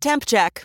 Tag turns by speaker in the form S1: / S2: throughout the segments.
S1: Temp check.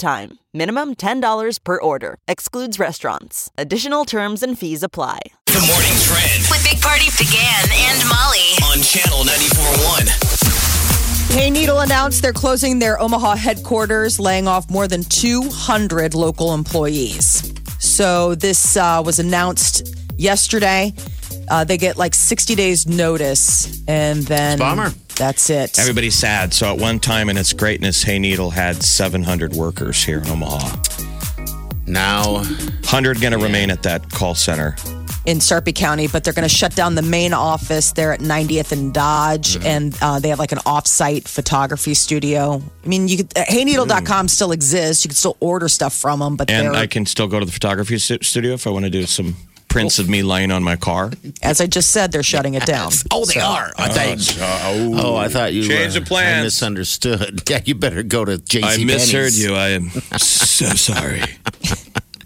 S1: time. Minimum $10 per order. Excludes restaurants. Additional terms and fees apply.
S2: The morning trend
S3: With Big Party began and Molly.
S2: on channel 94.1.
S4: Hey Needle announced they're closing their Omaha headquarters, laying off more than 200 local employees. So this uh, was announced yesterday. Uh, they get like 60 days notice, and then
S5: Bummer.
S4: That's it.
S5: Everybody's sad. So at one time in its greatness, Hay Needle had 700 workers here in Omaha.
S6: Now,
S5: 100 going to remain at that call center.
S4: in Sarpy County, but they're going to shut down the main office there at 90th and Dodge,
S5: Mm-hmm.
S4: and uh, they have like an off-site photography studio. I mean, you could, uh, HeyNeedle.com still exists. You can still order stuff from them, but
S5: Mm. And
S4: they're,
S5: I can still go to the photography stu- studio if I want to do some prints of me lying on my car.
S4: as I just said, they're shutting it down.
S6: oh, they are. I thought.
S5: uh,
S6: oh, I thought you
S5: Change
S6: were,
S5: of plans.
S6: I misunderstood. Yeah, you better go to JC.
S5: I misheard you. I am so sorry.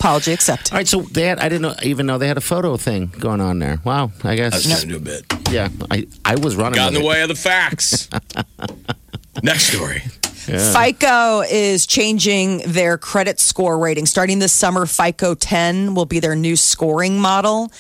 S4: Apology accepted.
S6: All right, so they had, I didn't know, even know they had a photo thing going on there. Wow, I
S5: I was
S6: guess.
S5: trying to do a bit.
S6: Yeah, I, I was running.
S5: Uh, Got in
S6: with
S5: the
S6: it.
S5: way of the facts. Next story.
S4: FICO is changing their credit score rating. Starting this summer, FICO 10 will be their new scoring model.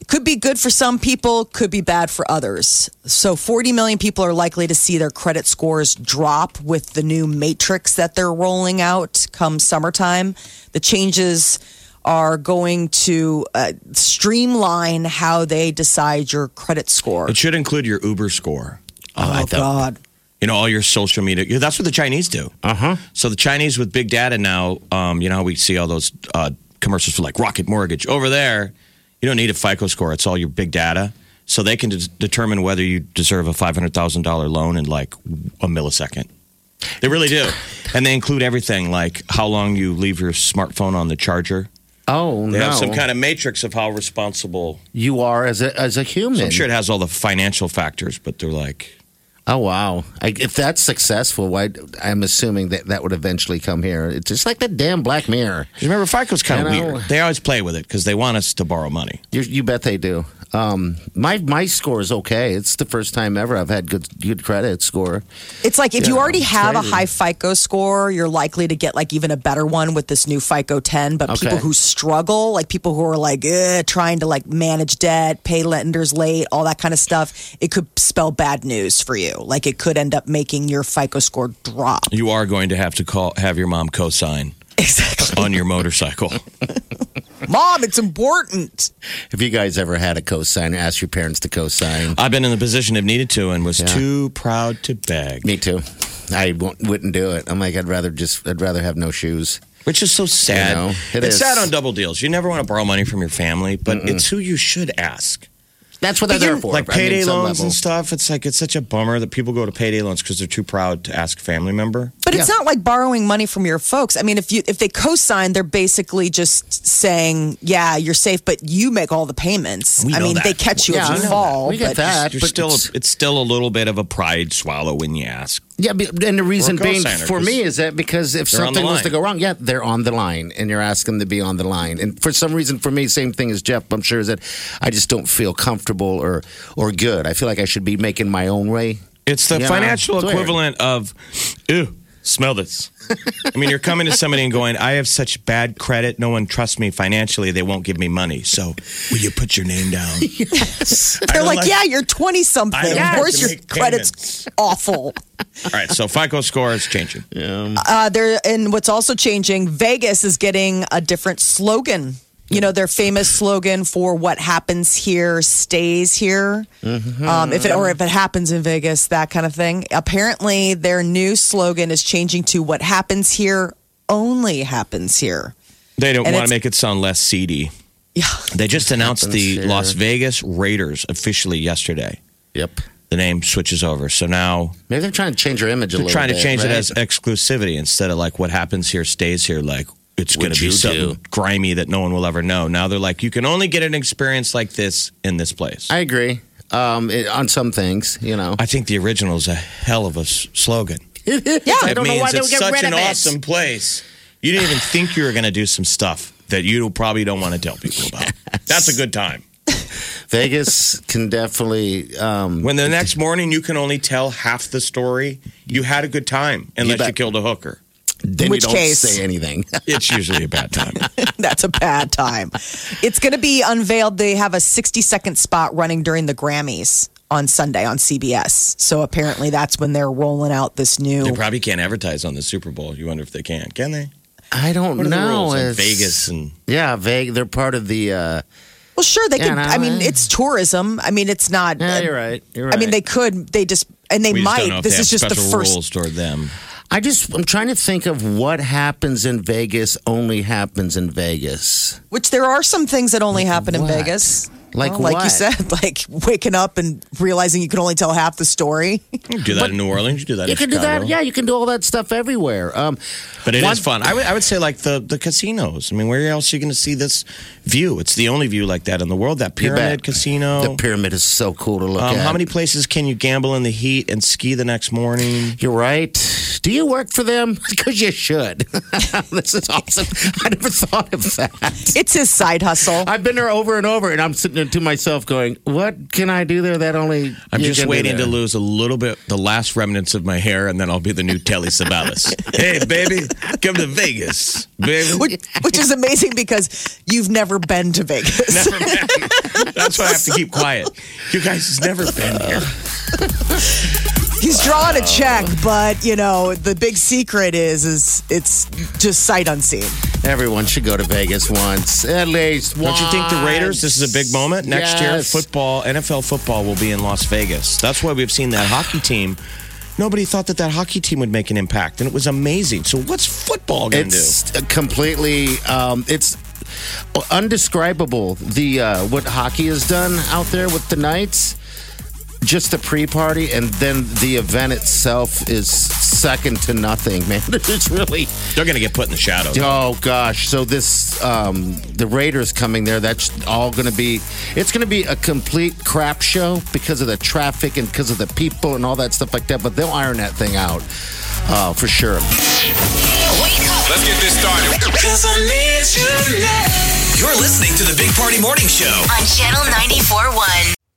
S4: It could be good for some people, could be bad for others. So, 40 million people are likely to see their credit scores drop with the new matrix that they're rolling out come summertime. The changes are going to uh, streamline how they decide your credit score.
S5: It should include your Uber score. Uh,
S4: Oh, God.
S5: You know, all your social media. Yeah, That's what the Chinese do. Uh huh. So the Chinese with big data now, um, you know how we see all those uh, commercials for like Rocket Mortgage over there. You don't need a FICO score. It's all your big data. So they can de- determine whether you deserve a five hundred thousand dollar loan in like a millisecond. They really do, and they include everything like how long you leave your smartphone on the charger.
S6: Oh
S5: They
S6: no!
S5: have some kind of matrix of how responsible.
S6: you are as a as a human.
S5: I'm sure it has all the financial factors, but they're like
S6: Oh wow! I, if that's successful, why? I'm assuming that that would eventually come here. It's just like that damn Black Mirror.
S5: 'Cause Remember, FICO's kind of
S6: You know-
S5: weird. They always play with it because they want us to borrow money.
S6: You, you bet they do. Um, my my score is okay. It's the first time ever I've had good good credit score.
S4: It's like if you
S6: Yeah,
S4: already
S6: it's
S4: have a high
S6: crazy.
S4: FICO score, you're likely to get like even a better one with this new FICO 10. But people
S6: Okay.
S4: who struggle, like people who are like eh, trying to like manage debt, pay lenders late, all that kind of stuff, it could spell bad news for you. Like it could end up making your FICO score drop.
S5: You are going to have to call have your mom co-sign
S4: Exactly.
S5: on your motorcycle.
S4: Mom, it's important.
S6: Have you guys ever had a cosign? Ask your parents to cosign.
S5: I've been in the position of needed to and was too proud to beg,
S6: Me too. I won't, wouldn't do it. I'm like I'd rather just I'd rather have no shoes.
S5: which is so sad.
S6: know, it
S5: it's
S6: is.
S5: sad on double deals. You never want to borrow money from your family, but it's who you should ask.
S6: That's what they're there for.
S5: like
S6: I mean,
S5: payday
S6: some
S5: loans
S6: level.
S5: and stuff. It's like it's such a bummer that people go to payday loans because they're too proud to ask a family member.
S4: But it's not like borrowing money from your folks. I mean, if you if they co-sign, they're basically just saying, "Yeah, you're safe, but you make all the payments."
S5: We
S4: I
S5: know
S4: mean,
S5: that.
S4: they catch you
S6: Yeah, I
S4: if
S6: know
S4: you
S6: that.
S4: fall.
S6: We get
S4: but-
S6: that.
S5: You're
S6: but
S5: still
S6: it's-
S5: it's, still a little bit of a pride swallow when you ask.
S6: Yeah, but- and the reason
S5: Or a
S6: being
S5: cosigner,
S6: for
S5: 'cause
S6: me is that because if
S5: they're on the
S6: something was to
S5: line.
S6: go wrong, yeah, they're on the line, and you're asking them to be on the line. And for some reason, for me, same thing as Jeff. I'm sure is that I just don't feel comfortable or or good. I feel like I should be making my own way.
S5: It's the
S6: Yeah,
S5: financial
S6: it's weird.
S5: equivalent of, ew, smell this. I mean, you're coming to somebody and going, I have such bad credit. No one trusts me financially. They won't give me money. So will you put your name down?
S4: They're
S5: don't
S4: like,
S5: like-
S4: yeah, you're 20 something.
S5: I don't
S4: Of
S5: like
S4: course,
S5: to
S4: your
S5: make
S4: credit's awful.
S5: All right. So FICO score is changing.
S4: Uh, they're, and what's also changing, Vegas is getting a different slogan. You know, their famous slogan for what happens here stays here.
S5: Mm-hmm.
S4: Um, if it, or if it happens in Vegas, that kind of thing. Apparently, their new slogan is changing to what happens here only happens here.
S5: They don't
S4: And
S5: want
S4: it's-
S5: to make it sound less seedy.
S4: Yeah.
S5: They just announced the
S6: Happens here.
S5: Las Vegas Raiders officially yesterday.
S6: Yep.
S5: the name switches over. So now
S6: Maybe they're trying to change your image a
S5: they're
S6: little
S5: trying to
S6: bit,
S5: change it
S6: right?
S5: as exclusivity instead of like what happens here stays here. Like it's going
S6: What
S5: to be
S6: you
S5: something
S6: do.
S5: grimy that no one will ever know. Now they're like, you can only get an experience like this in this place.
S6: I agree. Um, it, on some things, you know.
S5: I think the original is a hell of a s- slogan.
S6: yeah, I
S5: it
S6: don't know
S5: means
S6: why they would
S5: it's
S6: get
S5: such
S6: rid
S5: an
S6: of it.
S5: awesome place. You didn't even think you were going to do some stuff that you probably don't want to tell people about. That's a good time.
S6: Vegas can definitely. Um,
S5: When the next morning you can only tell half the story, you had a good time unless you,
S6: bet.
S5: killed a hooker.
S6: then
S4: Which
S6: you don't
S4: case?
S6: say anything.
S5: It's usually a bad time.
S4: That's a bad time. It's going to be unveiled. They have a 60 second spot running during the Grammys on Sunday on CBS. So apparently that's when they're rolling out this
S5: They
S6: Oh.
S4: new.
S5: probably can't advertise on the Super Bowl. You wonder if they can. Can they?
S6: I don't
S5: What are the
S6: know.
S5: rules in
S6: It's-
S5: Vegas and
S6: Yeah, Vegas. They're part of the. Uh,
S4: Well, sure, they
S6: Yeah,
S4: could.
S6: no,
S4: I mean,
S6: eh.
S4: it's tourism. I mean, it's not. uh,
S6: yeah, you're right. You're right.
S4: I mean, they could. They just. And they
S5: we just don't know
S4: might.
S5: if
S4: This
S5: they
S4: is
S5: have
S4: just the
S5: special
S4: first.
S5: rules toward them.
S6: I just. I'm trying to think of what happens in Vegas only happens in Vegas.
S4: Which there are some things that only happen in
S6: what?
S4: Vegas.
S6: Like
S4: Well, like you
S6: what?
S4: said, like waking up and realizing you can only tell half the story.
S5: You do that in New Orleans. You do that.
S6: You
S5: in
S6: can do
S5: Chicago.
S6: that. Yeah, you can do all that stuff everywhere. Um,
S5: But it is
S6: One-
S5: fun. I would I would say like the the casinos. I mean, where else are you going to see this view? It's the only view like that in the world. That
S6: You bet.
S5: pyramid casino.
S6: The pyramid is so cool to look
S5: Oh. um,
S6: at.
S5: how many places can you gamble in the heat and ski the next morning?
S6: You're right. Do you work for them? Because you should. this is awesome. I never thought of that.
S4: It's his side hustle.
S6: I've been there over and over, and I'm sitting there to myself going, "What can I do there that only?"
S5: I'm
S6: you
S5: just
S6: can do
S5: waiting to
S6: there?"
S5: lose a little bit, the last remnants of my hair, and then I'll be the new Telly Savalas. hey, baby, come to Vegas, baby.
S4: which, which is amazing because you've never been to Vegas.
S5: Never been. That's why I have to keep quiet. You guys has never been here.
S4: He's drawing a check, but you know the big secret is is it's just sight unseen.
S6: Everyone should go to Vegas once, at least
S5: Don't
S6: once.
S5: you think the Raiders? This is a big moment next year.
S6: Yes.
S5: Football, NFL football will be in Las Vegas. That's why we've seen that hockey team. Nobody thought that that hockey team would make an impact, and it was amazing. So what's football going to do?
S6: It's uh, completely. Um, it's undescribable. The uh, what hockey has done out there with the Knights. Just the pre-party and then the event itself is second to nothing, man. It's really
S5: They're going to get put in the shadows.
S6: Oh gosh! So this, um, the Raiders coming there. That's all going to be. It's going to be a complete crap show because of the traffic and because of the people and all that stuff like that. But they'll iron that thing out uh, for sure.
S3: Wake up
S2: Let's get this started. You're listening to the Big Party Morning Show.
S3: on Channel 94.1.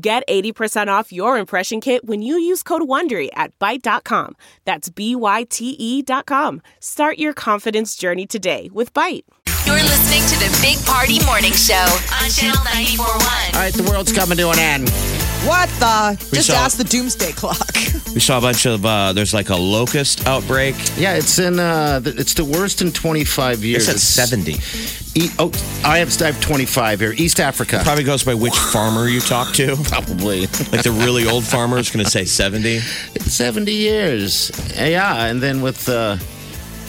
S7: Get 80% off your impression kit when you use code WONDERY at Byte.com. That's B-Y-T-E E dot com. Start your confidence journey today with Byte.
S3: You're listening to the Big Party Morning Show on Channel 94.1.
S6: All right, the world's coming to an end.
S4: What the? just
S5: saw-
S4: ask the doomsday clock.
S5: We saw a bunch of uh, there's like a locust outbreak.
S6: Yeah, it's in. Uh, th- it's the worst in 25 years.
S5: It's at 70.
S6: E- oh, I have, I have 25 here. East Africa.
S5: Probably goes by which farmer you talk to.
S6: Probably
S5: Like the really old farmer is going to say 70.
S6: 70 years. Eh, Yeah, and then with. Uh,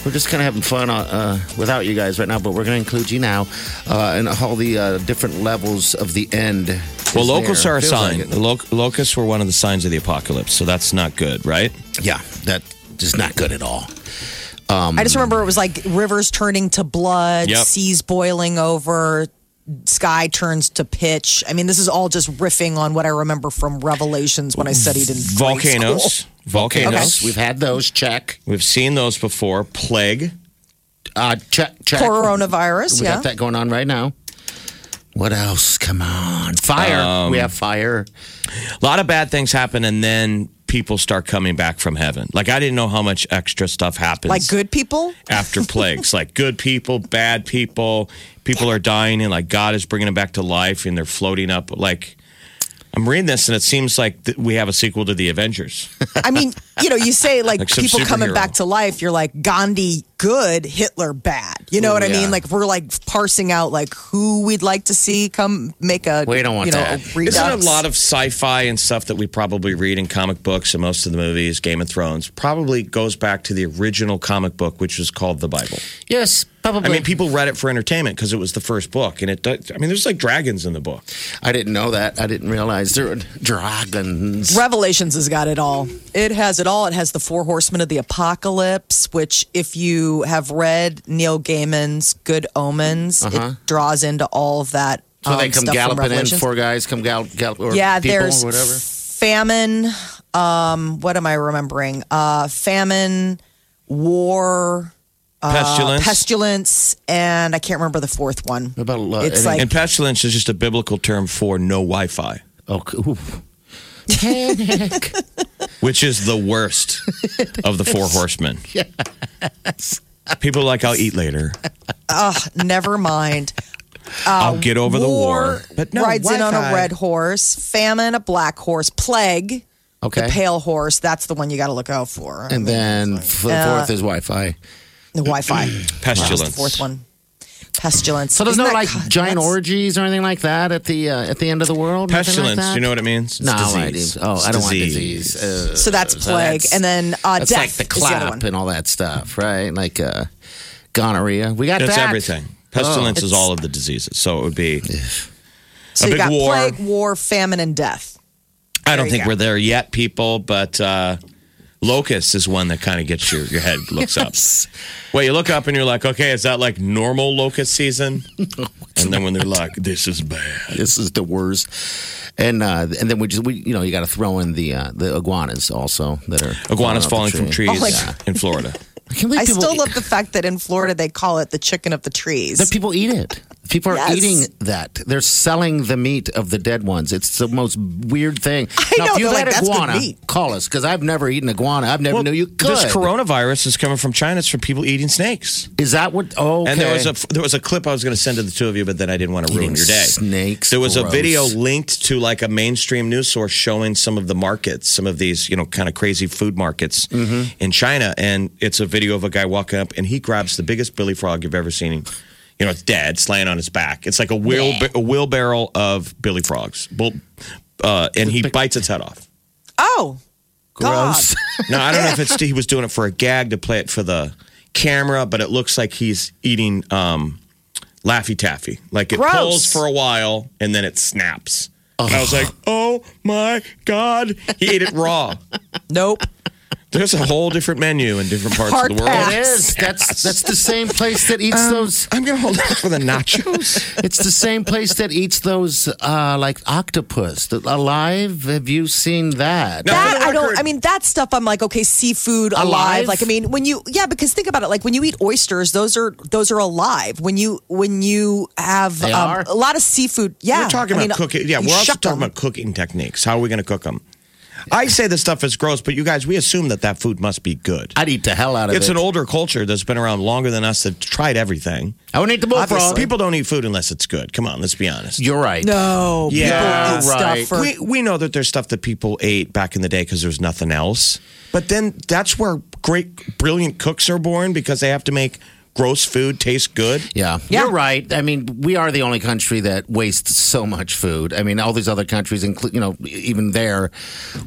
S6: we're just kind of having fun uh, uh, without you guys right now, but we're going to include you now uh, and all the uh, different levels of the end.
S5: Well,
S6: is
S5: locusts
S6: there.
S5: are a
S6: Feels
S5: sign.
S6: like it.
S5: Loc- locusts were one of the signs of the apocalypse, so that's not good, right?
S6: yeah, that is not good at all.
S4: I just remember it was like rivers turning to blood,
S5: Yep.
S4: seas boiling over, sky turns to pitch. I mean, this is all just riffing on what I remember from Revelations when I studied in grade school.
S5: Volcanoes. Volcanoes.
S6: Yes, we've had those. Check.
S5: We've seen those before. Plague.
S6: Uh, check. Check.
S4: Coronavirus,
S6: We
S4: yeah.
S6: got that going on right now. What else? Come on. Fire.
S5: Um,
S6: we have fire.
S5: A lot of bad things happen, and then people start coming back from heaven. Like, I didn't know how much extra stuff happens.
S4: Like good people?
S5: after plagues, like good people, bad people. People are dying, and like God is bringing them back to life, and they're floating up. Like, I'm reading this and it seems like th- we have a sequel to the Avengers.
S4: I mean, you know, you say like,
S5: Like some
S4: people coming
S5: superhero.
S4: back to life, you're like Gandhi good, Hitler bad. You know what I
S6: yeah.
S4: mean? Like if we're like parsing out like who we'd like to see come make a
S6: We don't want
S4: you know,
S6: that.
S4: a redux.
S5: Isn't a lot of sci-fi and stuff that we probably read in comic books and most of the movies, Game of Thrones, probably goes back to the original comic book, which was called the Bible.
S6: Yes, probably.
S5: I mean, people read it for entertainment because it was the first book, and it. does- I mean, there's like dragons in the book.
S6: I didn't know that. I didn't realize there were dragons.
S4: Revelations has got it all. It has it all. It has the Four Horsemen of the Apocalypse, which, if you have read Neil Gaiman's Good Omens, it draws into all of that.
S6: Uh-huh. So they
S4: um,
S6: come
S4: stuff from
S6: galloping in.
S4: Revelations.
S6: Four guys come gallop, gallop or
S4: yeah,
S6: people
S4: there's
S6: or whatever.
S4: famine. Um, what am I remembering? Uh, famine, war, uh,
S5: Pestilence.
S4: pestilence, and I can't remember the fourth one.
S6: What about uh,
S4: It's
S6: any-
S4: like-
S5: and pestilence is just a biblical term for no Wi-Fi,
S6: oh, c- ooh. panic.
S5: which is the worst of the four horsemen. People are like I'll eat later.
S4: Never mind.
S5: I'll get over the war, but no
S4: Uh, rides in on a
S5: Wi-Fi.
S4: red horse, famine a black horse, plague
S6: Okay.
S4: the pale horse. That's the one you got to look out for.
S6: and then f- the
S4: uh,
S6: fourth is Wi-Fi.
S4: the Wi-Fi.
S5: pestilence.
S4: That's the fourth one. Pestilence.
S6: So there's
S4: Isn't
S6: no
S4: that
S6: like
S4: co-
S6: giant
S4: that's-
S6: orgies or anything like that at the uh, at the end of the world. Nothing Like
S5: Pestilence.
S6: that?
S5: do you know what it means? It's
S6: No, I
S5: disease.
S6: do. Oh,
S5: It's
S6: I don't want disease. Uh,
S4: So that's plague,
S6: that's-
S4: and then uh,
S6: that's
S4: death.
S6: like the
S4: is other
S6: clap
S4: one.
S6: and all that stuff, right? Like uh, gonorrhea. We got
S5: That's
S6: that.
S5: everything. Pestilence
S4: Oh.
S5: is all of the diseases. So it would be.
S4: so
S5: a
S4: you
S5: big
S4: got
S5: war.
S4: plague, war, famine, and death.
S5: I don't
S4: you
S5: think
S4: go.
S5: we're there yet, people, but uh, locust is one that kind of gets your, your head looks up. Well, you look up and you're like, okay, is that like normal locust season? and then when they're like, this is bad.
S6: This is the worst. And uh, and then we just we you know you got to throw in the uh, the iguanas also that are
S5: Iguanas falling from trees
S4: Oh, like-
S5: in Florida.
S6: I, can't believe
S4: I
S6: people
S4: still
S5: e
S6: eat-
S4: love the fact that in Florida they call it the chicken of the trees.
S6: that people eat it. People are
S4: Yes.
S6: eating that. They're selling the meat of the dead ones. It's the most weird thing.
S4: I
S6: now,
S4: know,
S6: if you
S4: they're like,
S6: had
S4: "That's good
S6: iguana,
S4: meat."
S6: call us because I've never eaten iguana. I've never knew you could.
S5: This coronavirus is coming from China. It's from people eating snakes.
S6: Is that what? Oh, okay.
S5: And there was a there was a clip I was going to send to the two of you, but then I didn't want to ruin
S6: Eating
S5: your day.
S6: snakes,
S5: There was a
S6: gross.
S5: video linked to like a mainstream news source showing some of the markets, some of these you know kind of crazy food markets
S6: Mm-hmm.
S5: in China, and it's a video of a guy walking up and he grabs the biggest billy frog you've ever seen. You know, it's dead, it's laying on its back. It's like a wheel a wheelbarrow of billy frogs, Bull, uh, and he bites its head off.
S4: oh,
S6: gross.
S5: Now I don't know if it's he was doing it for a gag to play it for the camera, but it looks like he's eating um, Laffy Taffy. Like it
S4: Gross.
S5: pulls for a while and then it snaps. And I was like, "Oh my god!" He ate it raw.
S4: nope.
S5: There's a whole different menu in different parts
S4: Hard
S5: of the world.
S4: pass.
S6: It is. That's that's the same place that
S5: Um,
S6: eats those.
S5: I'm gonna hold out for the nachos.
S6: It's the same place that eats those uh, like octopus that- alive. Have you seen that?
S5: No.
S4: That
S5: for the
S4: I don't.
S5: record-
S4: I mean, that stuff. I'm like, okay, seafood alive.
S6: Alive?
S4: Like, I mean, when you, yeah, because think about it. Like when you eat oysters, those are those are alive. When you when you have
S6: They
S4: um,
S6: are?
S4: a lot of seafood, yeah.
S5: We're talking
S4: I
S5: about
S4: mean,
S5: cooking. Yeah,
S4: you
S5: we're also
S4: shuck
S5: talking
S4: them.
S5: about cooking techniques. How are we gonna cook them? I say this stuff is gross, but you guys, we assume that that food must be good.
S6: I'd eat the hell out of
S5: It's
S6: it.
S5: an older culture that's been around longer than us that tried everything.
S6: I would eat the bullfrog.
S5: People don't eat food unless it's good. Come on, let's be honest.
S6: You're right.
S4: No,
S5: Yeah,
S4: people eat
S6: right.
S4: stuff for
S5: we, we know that there's stuff that people ate back in the day because there's nothing else. But then that's where great, brilliant cooks are born because they have to make gross food taste good.
S6: Yeah. you're right. I mean, we are the only country that wastes so much food. I mean, all these other countries, include you know, even there,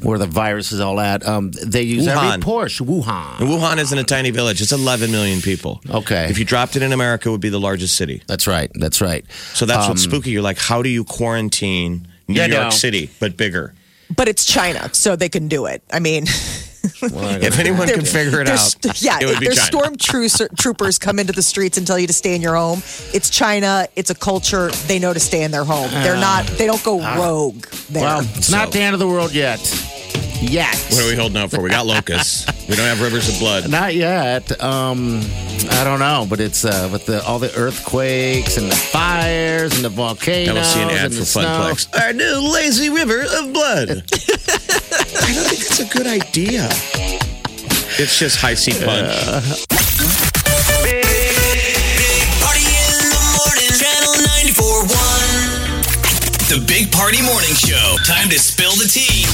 S6: where the virus is all at, um, they use
S5: Wuhan.
S6: every Porsche. Wuhan.
S5: And Wuhan isn't a tiny village, it's 11 million people.
S6: Okay.
S5: If you dropped it in America, it would be the largest city.
S6: That's right. That's right.
S5: So that's what's spooky. You're like, how do you quarantine New
S6: Um, Yeah, I
S5: York
S6: know.
S5: City, but bigger?
S4: but it's China, so they can do it. I mean,
S5: If anyone can figure it out,
S4: there's yeah,
S5: it would be
S4: there's
S5: China.
S4: storm troo- troopers come into the streets and tell you to stay in your home. It's China. It's a culture. They know to stay in their home.
S5: Ah.
S4: They're not. They don't go rogue. There.
S6: Well, it's not the end of the world yet. Yet.
S5: What are we holding out for? We got locusts. we don't have rivers of blood.
S6: Not yet. Um, I don't know, but it's uh, with the, all the earthquakes and the fires and the volcanoes.
S5: I don't see an ad
S6: and
S5: for
S6: the snow.
S5: Funplex. Our new lazy river of blood. I don't think that's a good idea. It's just high C punch.
S2: Big Party in the morning, channel 941. The Big Party Morning Show. Time to spill the tea.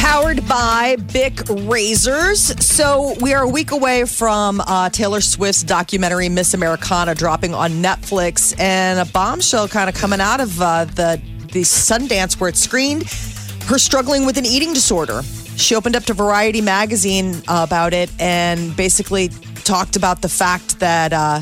S4: powered by Bic Razors. So we are a week away from uh, Taylor Swift's documentary Miss Americana dropping on Netflix, and a bombshell kind of coming out of uh, the the Sundance where it screened. Her struggling with an eating disorder. She opened up to Variety magazine uh, about it and basically talked about the fact that. Uh,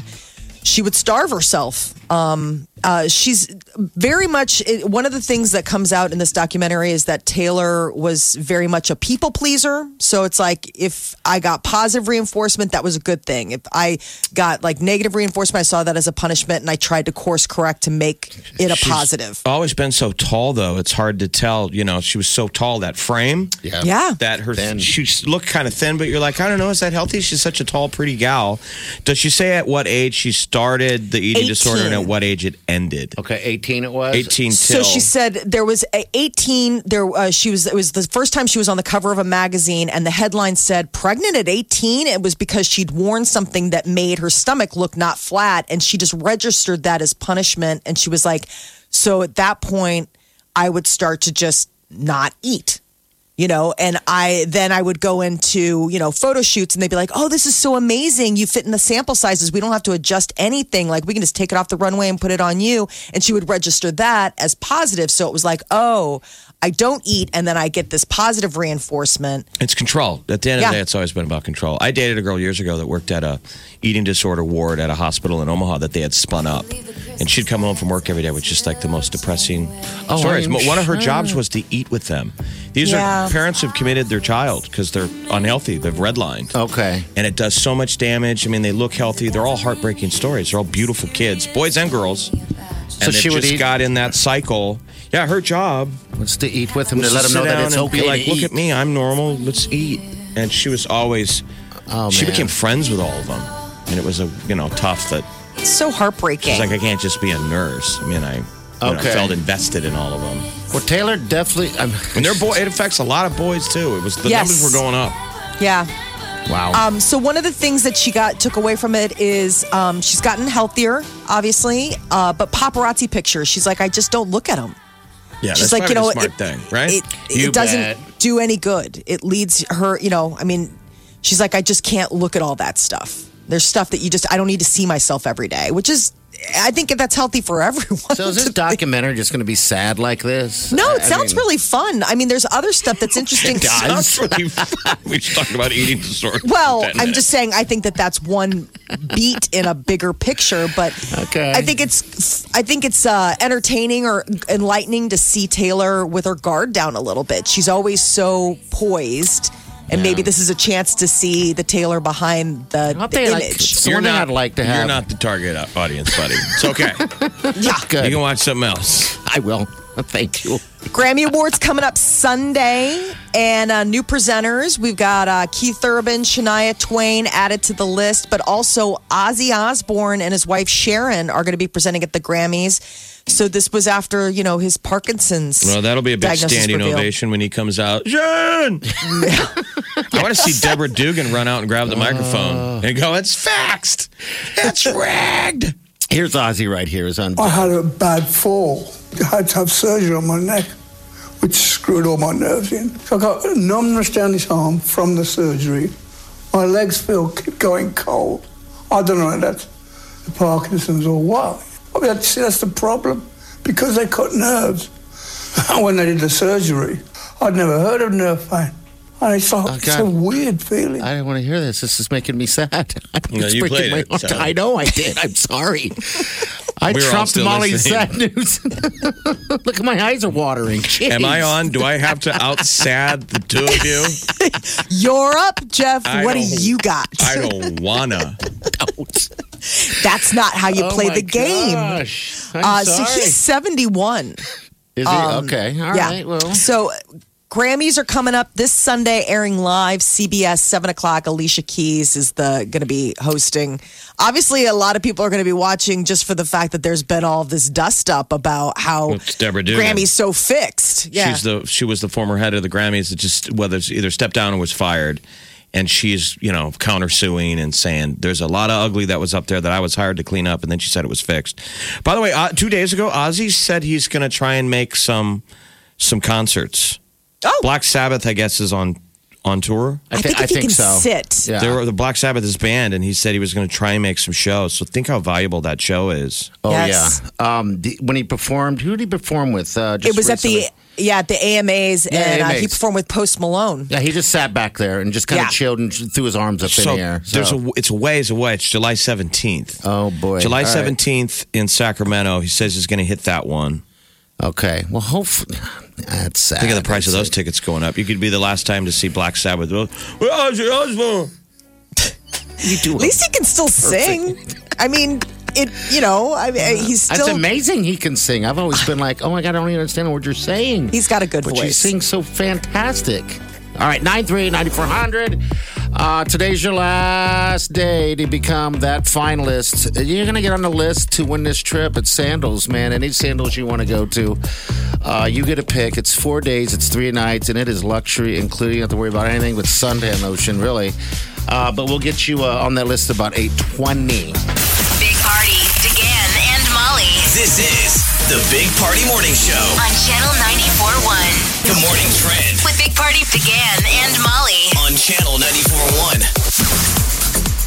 S4: she would starve herself. Um, uh, she's very much it- one of the things that comes out in this documentary is that Taylor was very much a people pleaser. So it's like if I got positive reinforcement, that was a good thing. If I got like negative reinforcement, I saw that as a punishment, and I tried to course correct to make it a positive.
S5: Always been so tall though. It's hard to tell. You know, she was so tall that frame.
S6: Yeah.
S4: Yeah.
S5: That her
S6: Thin.
S5: she looked kind of thin, but you're like, I don't know, is that healthy? She's such a tall, pretty gal. Does she say at what age she started the eating disorder and at
S4: 18.
S5: what age it ended?
S6: Okay, 18 it was.
S5: 18 till.
S4: So she said there was a 18. There uh, she was. It was the first time she was on the cover of a magazine, and the headline said "pregnant at 18." It was because she'd worn something that made her stomach look not flat, and she just registered that as punishment. And she was like, "So at that point, I would start to just not eat." you know and i then i would go into you know photo shoots and they'd be like oh this is so amazing you fit in the sample sizes we don't have to adjust anything like we can just take it off the runway and put it on you and she would register that as positive so it was like oh i don't eat and then i get this positive reinforcement
S5: It's control. At the end of
S4: Yeah.
S5: the day, it's always been about control. I dated a girl years ago that worked at a eating disorder ward at a hospital in Omaha that they had spun up, and she'd come home from work every day, which is like the most depressing
S6: Oh,
S5: stories.
S6: I'm
S5: But One of her
S6: sure.
S5: jobs was to eat with them. These
S4: Yeah.
S5: are parents who've committed their child because they're unhealthy. They've redlined.
S6: Okay.
S5: And it does so much damage. I mean, they look healthy. They're all heartbreaking stories. They're all beautiful kids, boys and girls.
S6: So
S5: and they
S6: she would
S5: just
S6: eat-
S5: got in that cycle. Yeah, her job
S6: Wants to eat with him to let him
S5: just
S6: know
S5: sit
S6: that
S5: down
S6: it's
S5: and
S6: okay
S5: Be like,
S6: to
S5: look
S6: eat.
S5: at me, I'm normal. Let's eat. And she was always.
S6: Oh,
S5: she
S6: man.
S5: became friends with all of them, and it was a you know tough that
S4: it's so heartbreaking
S5: she's like I can't just be a nurse. I mean I. you know,
S6: Okay.
S5: felt invested in all of them,
S6: Well, Taylor definitely. I'm,
S5: and their boy. It affects a lot of boys too. It was the
S4: Yes.
S5: numbers were going up.
S4: yeah
S6: wow.
S4: Um, so one of the things that she got took away from it is um, she's gotten healthier, obviously, uh, but paparazzi pictures. She's like, I just don't look at them.
S5: Yeah,
S4: She's
S5: that's
S4: like, you
S5: probably
S4: know,
S5: a smart
S4: it,
S5: thing, right?
S4: It,
S6: You
S4: it doesn't
S6: bet.
S4: do any good. It leads her, you know. I mean, she's like, I just can't look at all that stuff. There's stuff that you just, I don't need to see myself every day, which is, I think that's healthy for everyone.
S6: so is
S4: to
S6: this documentary just going to be sad like this?
S4: no,
S6: I-
S4: it
S6: I
S4: sounds
S6: mean-
S4: really fun. I mean, there's other stuff that's interesting.
S5: That's really fun. We just talked about eating disorders. for
S4: Well,
S5: 10
S4: I'm
S5: minutes.
S4: just saying. I think that that's one beat in a bigger picture, but
S6: Okay.
S4: I think it's I think it's uh, entertaining or enlightening to see Taylor with her guard down a little bit. She's always so poised, and maybe this is a chance to see the Taylor behind the,
S6: Not
S4: the
S6: that I like-
S4: image.
S6: Something I'd like to have.
S5: You're not the target au- audience, buddy. It's okay.
S4: yeah,
S5: you
S6: Good.
S5: can watch something else.
S6: I will. Thank you.
S4: Grammy Awards coming up Sunday, and uh, new presenters. We've got uh, Keith Urban, Shania Twain added to the list, but also Ozzy Osbourne and his wife Sharon are going to be presenting at the Grammys. So this was after you know his Parkinson's.
S5: Well, that'll be a big
S4: diagnosis
S5: standing
S4: reveal.
S5: ovation when he comes out. Jen! I want to see Deborah Dugan run out and grab the microphone and go, it's faxed. It's ragged.
S6: Here's Ozzy right here. Is on.
S8: I had a bad fall. I had to have surgery on my neck, which screwed all my nerves in. So I got numbness down this arm from the surgery. My legs feel keep going cold. I don't know if that's the Parkinson's or what. I mean, that's, that's the problem because they cut nerves. when they did the surgery, I'd never heard of nerve pain. And it's, like,
S6: Oh,
S8: it's a
S6: God.
S8: weird feeling.
S6: I don't want to hear this. This is making me sad.
S5: No,
S6: It's
S5: you
S6: breaking
S5: played
S6: my
S5: it,
S6: heart.
S5: so-
S6: I know I did. I'm sorry. I
S5: We were all
S6: trumped
S5: still
S6: Molly's
S5: listening.
S6: sad news. Look, my eyes are watering. Jeez.
S5: Am I on? Do I have to outsad the two of you?
S4: You're up, Jeff.
S5: I
S4: what do
S5: don't-
S4: you got?
S5: I don't wanna.
S4: That's not how you
S6: Oh
S4: play
S6: my
S4: the game.
S6: Gosh. I'm
S4: Uh, so
S6: sorry.
S4: he's 71.
S6: Is he? okay. All right.
S4: Um, yeah.
S6: Well.
S4: So Grammys are coming up this Sunday, airing live CBS seven o'clock. Alicia Keys is the going to be hosting. Obviously, a lot of people are going to be watching just for the fact that there's been all this dust up about how
S5: It's Deborah Dugan.
S4: Grammy's so fixed. Yeah.
S5: She's the she was the former head of the Grammys that just whether it's either stepped down or was fired. And she's, you know, countersuing and saying there's a lot of ugly that was up there that I was hired to clean up, and then she said it was fixed. By the way, uh, two days ago, Ozzy said he's going to try and make some some concerts.
S4: Oh.
S5: Black Sabbath, I guess, is on on tour.
S4: I
S6: thi-
S4: think if he can sit.
S6: Yeah.
S5: There were the Black Sabbath is banned, and he said he was going to try and make some shows. So think how valuable that show is.
S6: oh
S4: Yes.
S6: yeah. Um, the, when he performed, who did he perform with? Uh, just
S4: It was at the
S6: recently?
S4: yeah at the AMAs,
S6: Yeah,
S4: and Uh, he
S6: AMAs.
S4: performed with Post Malone.
S6: Yeah, he just sat back there and just kind of
S4: Yeah.
S6: chilled and threw his arms up in the air. So.
S5: there's a it's a ways away. It's July 17th.
S6: Oh, boy.
S5: July
S6: All right.
S5: 17th in Sacramento. He says he's going to hit that one.
S6: okay. Well, hopefully that's sad.
S5: Think of the price of those
S6: That's-
S5: tickets going up. You could be the last time to see Black Sabbath. Well, Where's your husband?
S6: You do.
S4: At least he can still sing. I mean, it you know I mean, he's
S6: That's
S4: still
S6: amazing. He can sing. I've always been like, oh my god, I don't even understand what you're saying.
S4: he's got a good
S6: But you
S4: voice.
S6: sing so fantastic. All right, 938-9400. Uh, today's your last day to become that finalist. You're going to get on the list to win this trip at Sandals, man. Any Sandals you want to go to, uh, you get a pick. It's four days, it's three nights, and it is luxury, including you don't have to worry about anything but suntan lotion, really. Uh, but we'll get you uh, on that list about 820.
S3: Big Party, DeGan and Molly
S2: This is the Big Party Morning Show.
S3: on Channel 94.1
S2: The morning trend
S3: with Big Party, DeGan and Molly.
S2: on Channel 94.1.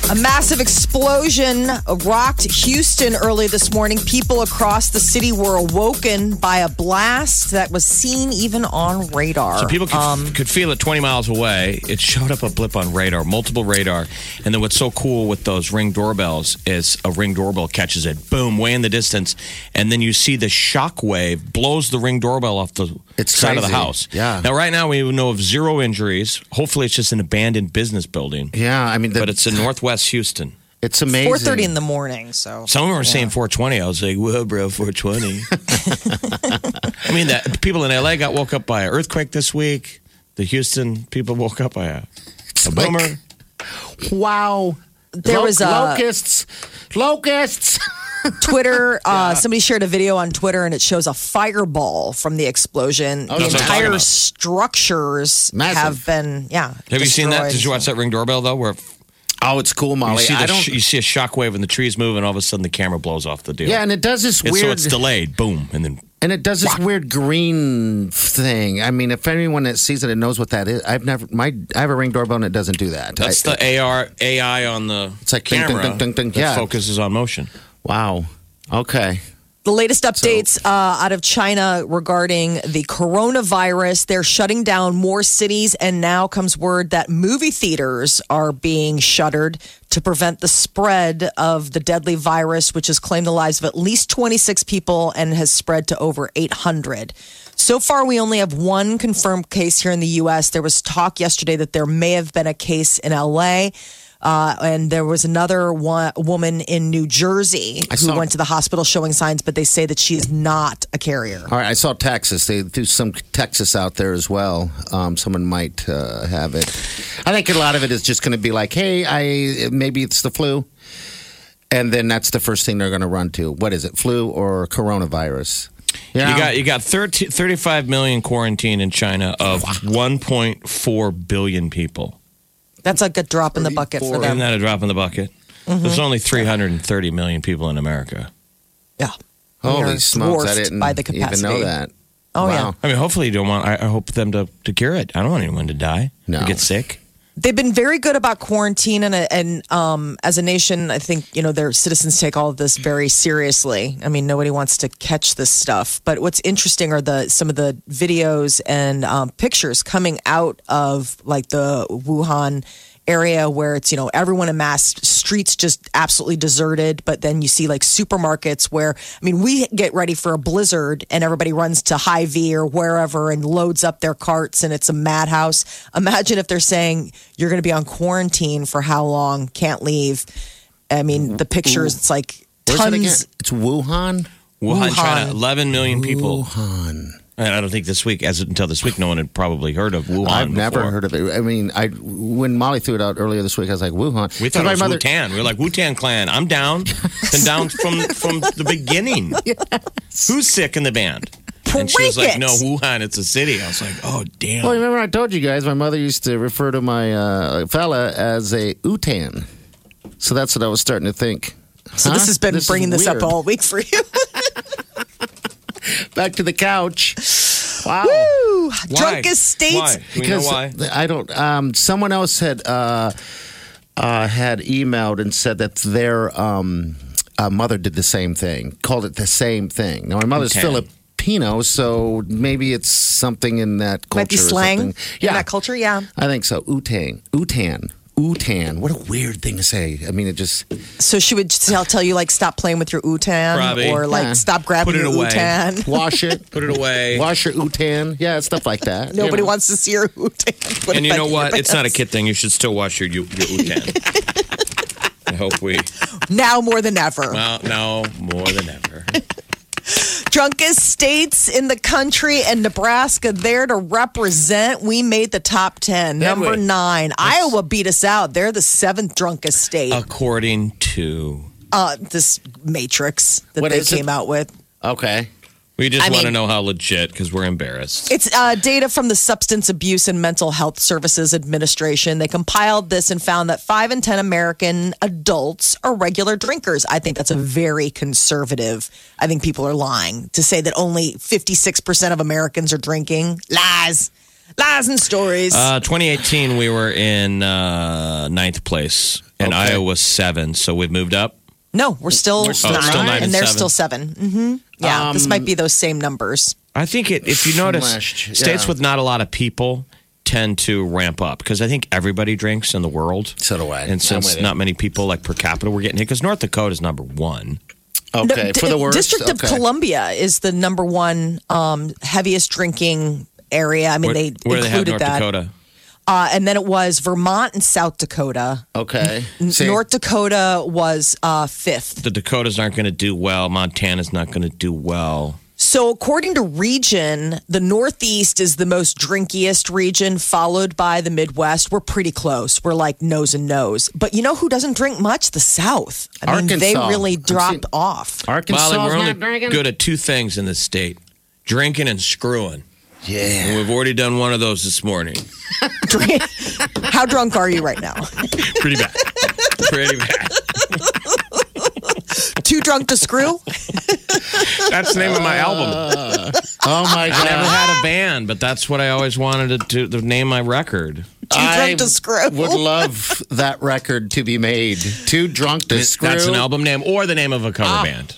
S4: A massive explosion rocked Houston early this morning. People across the city were awoken by a blast that was seen even on radar. Um,
S5: So people could,
S6: Um,
S5: could feel it 20 miles away. It showed up a blip on radar, multiple radar. And then what's so cool with those ring doorbells is a ring doorbell catches it, boom, way in the distance. And then you see the shock wave blows the ring doorbell off the
S6: It's
S5: side of the
S6: crazy.
S5: house.
S6: Yeah.
S5: Now, right now, we know of zero injuries. Hopefully, it's just an abandoned business building.
S6: Yeah, I mean, the,
S5: But it's in Northwest Houston.
S6: it's amazing.
S4: 4:30 in the morning, so
S5: Some of them are saying 420. I was like, whoa, bro, 420. I mean, that people in LA got woke up by an earthquake this week. The Houston people woke up by a, a
S6: like-
S5: boomer.
S6: Wow.
S4: There was a-
S6: locusts. Locusts.
S4: Twitter, uh, somebody shared a video on Twitter and it shows a fireball from the explosion. the
S5: Oh, that's what I'm talking
S4: entire
S5: about.
S4: structures
S6: Massive.
S4: have been, yeah.
S5: Have you seen that? Did you watch that ring doorbell, though, where
S6: Oh, it's cool,
S5: you
S6: Molly.
S5: see,
S6: I
S5: the
S6: don't.
S5: sh- you see a shockwave and the trees move, and all of a sudden the camera blows off the deal?
S6: yeah, and it does this
S5: And
S6: weird.
S5: so it's delayed. Boom. And then
S6: and it does this weird green thing. I mean, if anyone that sees it and knows what that is, I've never. My I have a ring doorbell and it doesn't do that.
S5: that's
S6: I-
S5: the AR AI on the
S6: It's like ding, ding,
S5: camera
S6: ding, ding, ding.
S5: that
S6: Yeah.
S5: focuses on motion.
S6: wow. Okay.
S4: The latest updates uh, out of China regarding the coronavirus. They're shutting down more cities, and now comes word that movie theaters are being shuttered to prevent the spread of the deadly virus, which has claimed the lives of at least 26 people and has spread to over 800. So far, we only have one confirmed case here in the U.S. There was talk yesterday that there may have been a case in L.A. Uh, and there was another one, woman in New Jersey who
S6: saw-
S4: went to the hospital showing signs, but they say that she is not a carrier.
S6: All right. I saw Texas. They threw some Texas out there as well. Um, someone might uh, have it. I think a lot of it is just going to be like, hey, I maybe it's the flu, and then that's the first thing they're going to run to. What is it? Flu or coronavirus? Yeah.
S5: You got you got 30, 35 million quarantine in China of 1.4 billion people.
S4: That's like a drop in the bucket for
S5: Isn't
S4: them.
S5: that a drop in the bucket? There's only 330 million people in America.
S4: Yeah. We
S6: Holy
S4: are
S6: smokes! I
S4: dwarfed
S6: didn't
S4: by the
S6: even know
S4: capacity.
S6: that.
S4: Oh,
S6: wow.
S4: yeah.
S5: I mean, hopefully you don't want. I, I hope them to, to cure it. I don't want anyone to die.
S6: No.
S5: or get sick.
S4: They've been very good about quarantine, and, and um, as a nation, I think you know their citizens take all of this very seriously. I mean, nobody wants to catch this stuff. But what's interesting are the some of the videos and um, pictures coming out of like the Wuhan area where it's you know everyone in mass streets just absolutely deserted but then you see like supermarkets where i mean we get ready for a blizzard and everybody runs to high v or wherever and loads up their carts and it's a madhouse imagine if they're saying you're going to be on quarantine for how long can't leave i mean the pictures it's like
S6: Where's it again?
S4: tons
S6: It's Wuhan.
S5: Wuhan,
S4: Wuhan.
S5: China, 11 million people. Wuhan. And I don't think this week, as until this week, no one had probably heard of Wuhan.
S6: I've never
S5: before.
S6: heard of it. I mean, I when Molly threw it out earlier this week, I was like Wuhan.
S5: We thought
S6: my
S5: it was
S6: mother-
S5: Wutan. We were like Wutan Clan. I'm down. Been down from from the beginning. Who's sick in the band? And she was
S4: Break
S5: like,
S4: it.
S5: "No, Wuhan. It's a city." I was like, "Oh, damn."
S6: Well, remember I told you guys my mother used to refer to my uh, fella as a Utan. So that's what I was starting to think.
S4: so this has been bringing this up all week for you
S6: Back to the couch. Wow.
S4: Woo! Drunk
S5: Why?
S4: as states.
S5: Why? Do we know why?
S6: I don't. Um, someone else had uh, uh, had emailed and said that their um, uh, mother did the same thing, called it the same thing. Now my mother's
S5: Okay.
S6: Filipino, so maybe it's something in that culture.
S4: Might be
S6: or
S4: slang.
S6: something. Yeah,
S4: In that culture, yeah.
S6: I think so. Utan, utan, utan. What a weird thing to say. I mean, it just.
S4: So she would tell, tell you like stop playing with your utan
S5: Probably.
S4: or like
S6: Yeah.
S4: stop grabbing
S5: Put it
S4: your
S5: away.
S4: utan.
S6: Wash it.
S5: Put it away.
S6: Wash your utan. Yeah, stuff like that. you
S4: Nobody
S6: know.
S4: wants to see your utan. Put
S5: and
S4: it
S5: you
S4: back
S5: know
S4: in your
S5: what? It's not a
S4: pants.
S5: kid thing. You should still wash your your, your utan. I hope we.
S4: Now more than ever.
S5: Well, no, more than ever.
S4: drunkest states in the country and Nebraska there to represent. We made the top 10.
S5: Did
S4: Number
S5: we?
S4: nine. Iowa beat us out. They're the seventh drunkest state. Uh,
S5: According to,
S4: this matrix that
S6: What
S4: they
S6: is it?
S4: came out with.
S6: Okay.
S5: we just
S4: I
S5: want to
S4: mean-
S5: know how legit because we're embarrassed.
S4: It's uh, data from the Substance Abuse and Mental Health Services Administration. They compiled this and found that five in 10 American adults are regular drinkers. I think that's a very conservative. I think people are lying to say that only 56% of Americans are drinking. Lies. Lies and stories.
S5: Uh, 2018, we were in uh, ninth place, and
S6: Okay.
S5: Iowa seven. So we've moved up.
S4: no, we're still,
S6: still
S4: nine,
S6: nine
S4: and
S5: and
S4: they're
S5: seven.
S4: still 7 Mm-hmm. Yeah, this might be those same numbers.
S5: I think it, if you notice,
S6: Smashed,
S5: states
S6: yeah.
S5: with not a lot of people tend to ramp up because I think everybody drinks in the world.
S6: So do I. I'm
S5: And
S6: with
S5: since
S6: you.
S5: not many people, like per capita, we're getting hit because North Dakota is number one.
S4: No,
S6: Okay.
S4: D-
S6: For the worst.
S4: District of
S6: Okay.
S4: Columbia is the number one um, heaviest drinking area. I mean,
S5: Where,
S4: they
S5: where do they have
S4: included
S5: North
S4: that.
S5: Dakota?
S4: Uh, and then it was Vermont and South Dakota.
S6: Okay. See?
S4: North Dakota was uh, fifth.
S5: The Dakotas aren't going to do well. Montana's not going to do well.
S4: So, according to region, the Northeast is the most drinkiest region, followed by the Midwest. We're pretty close. We're like nose and nose. But you know who doesn't drink much? The South. I mean, they
S6: Arkansas.
S4: really
S6: I'm
S4: dropped
S6: seeing-
S4: off.
S6: Arkansas.
S5: Molly, we're only
S6: not drinking.
S5: good at two things in this state drinking and screwing.
S6: Yeah.
S5: And we've already done one of those this morning.
S4: Drink- How drunk are you right now?
S5: Pretty bad. Pretty bad.
S4: Too drunk to screw?
S5: That's the name of my album.
S6: Oh my
S5: I never
S6: god.
S5: had a band, but that's what I always wanted to, to, to name my record.
S4: Too drunk to screw?
S6: Would love that record to be made. Too drunk to screw.
S5: That's an album name or the name of a cover band.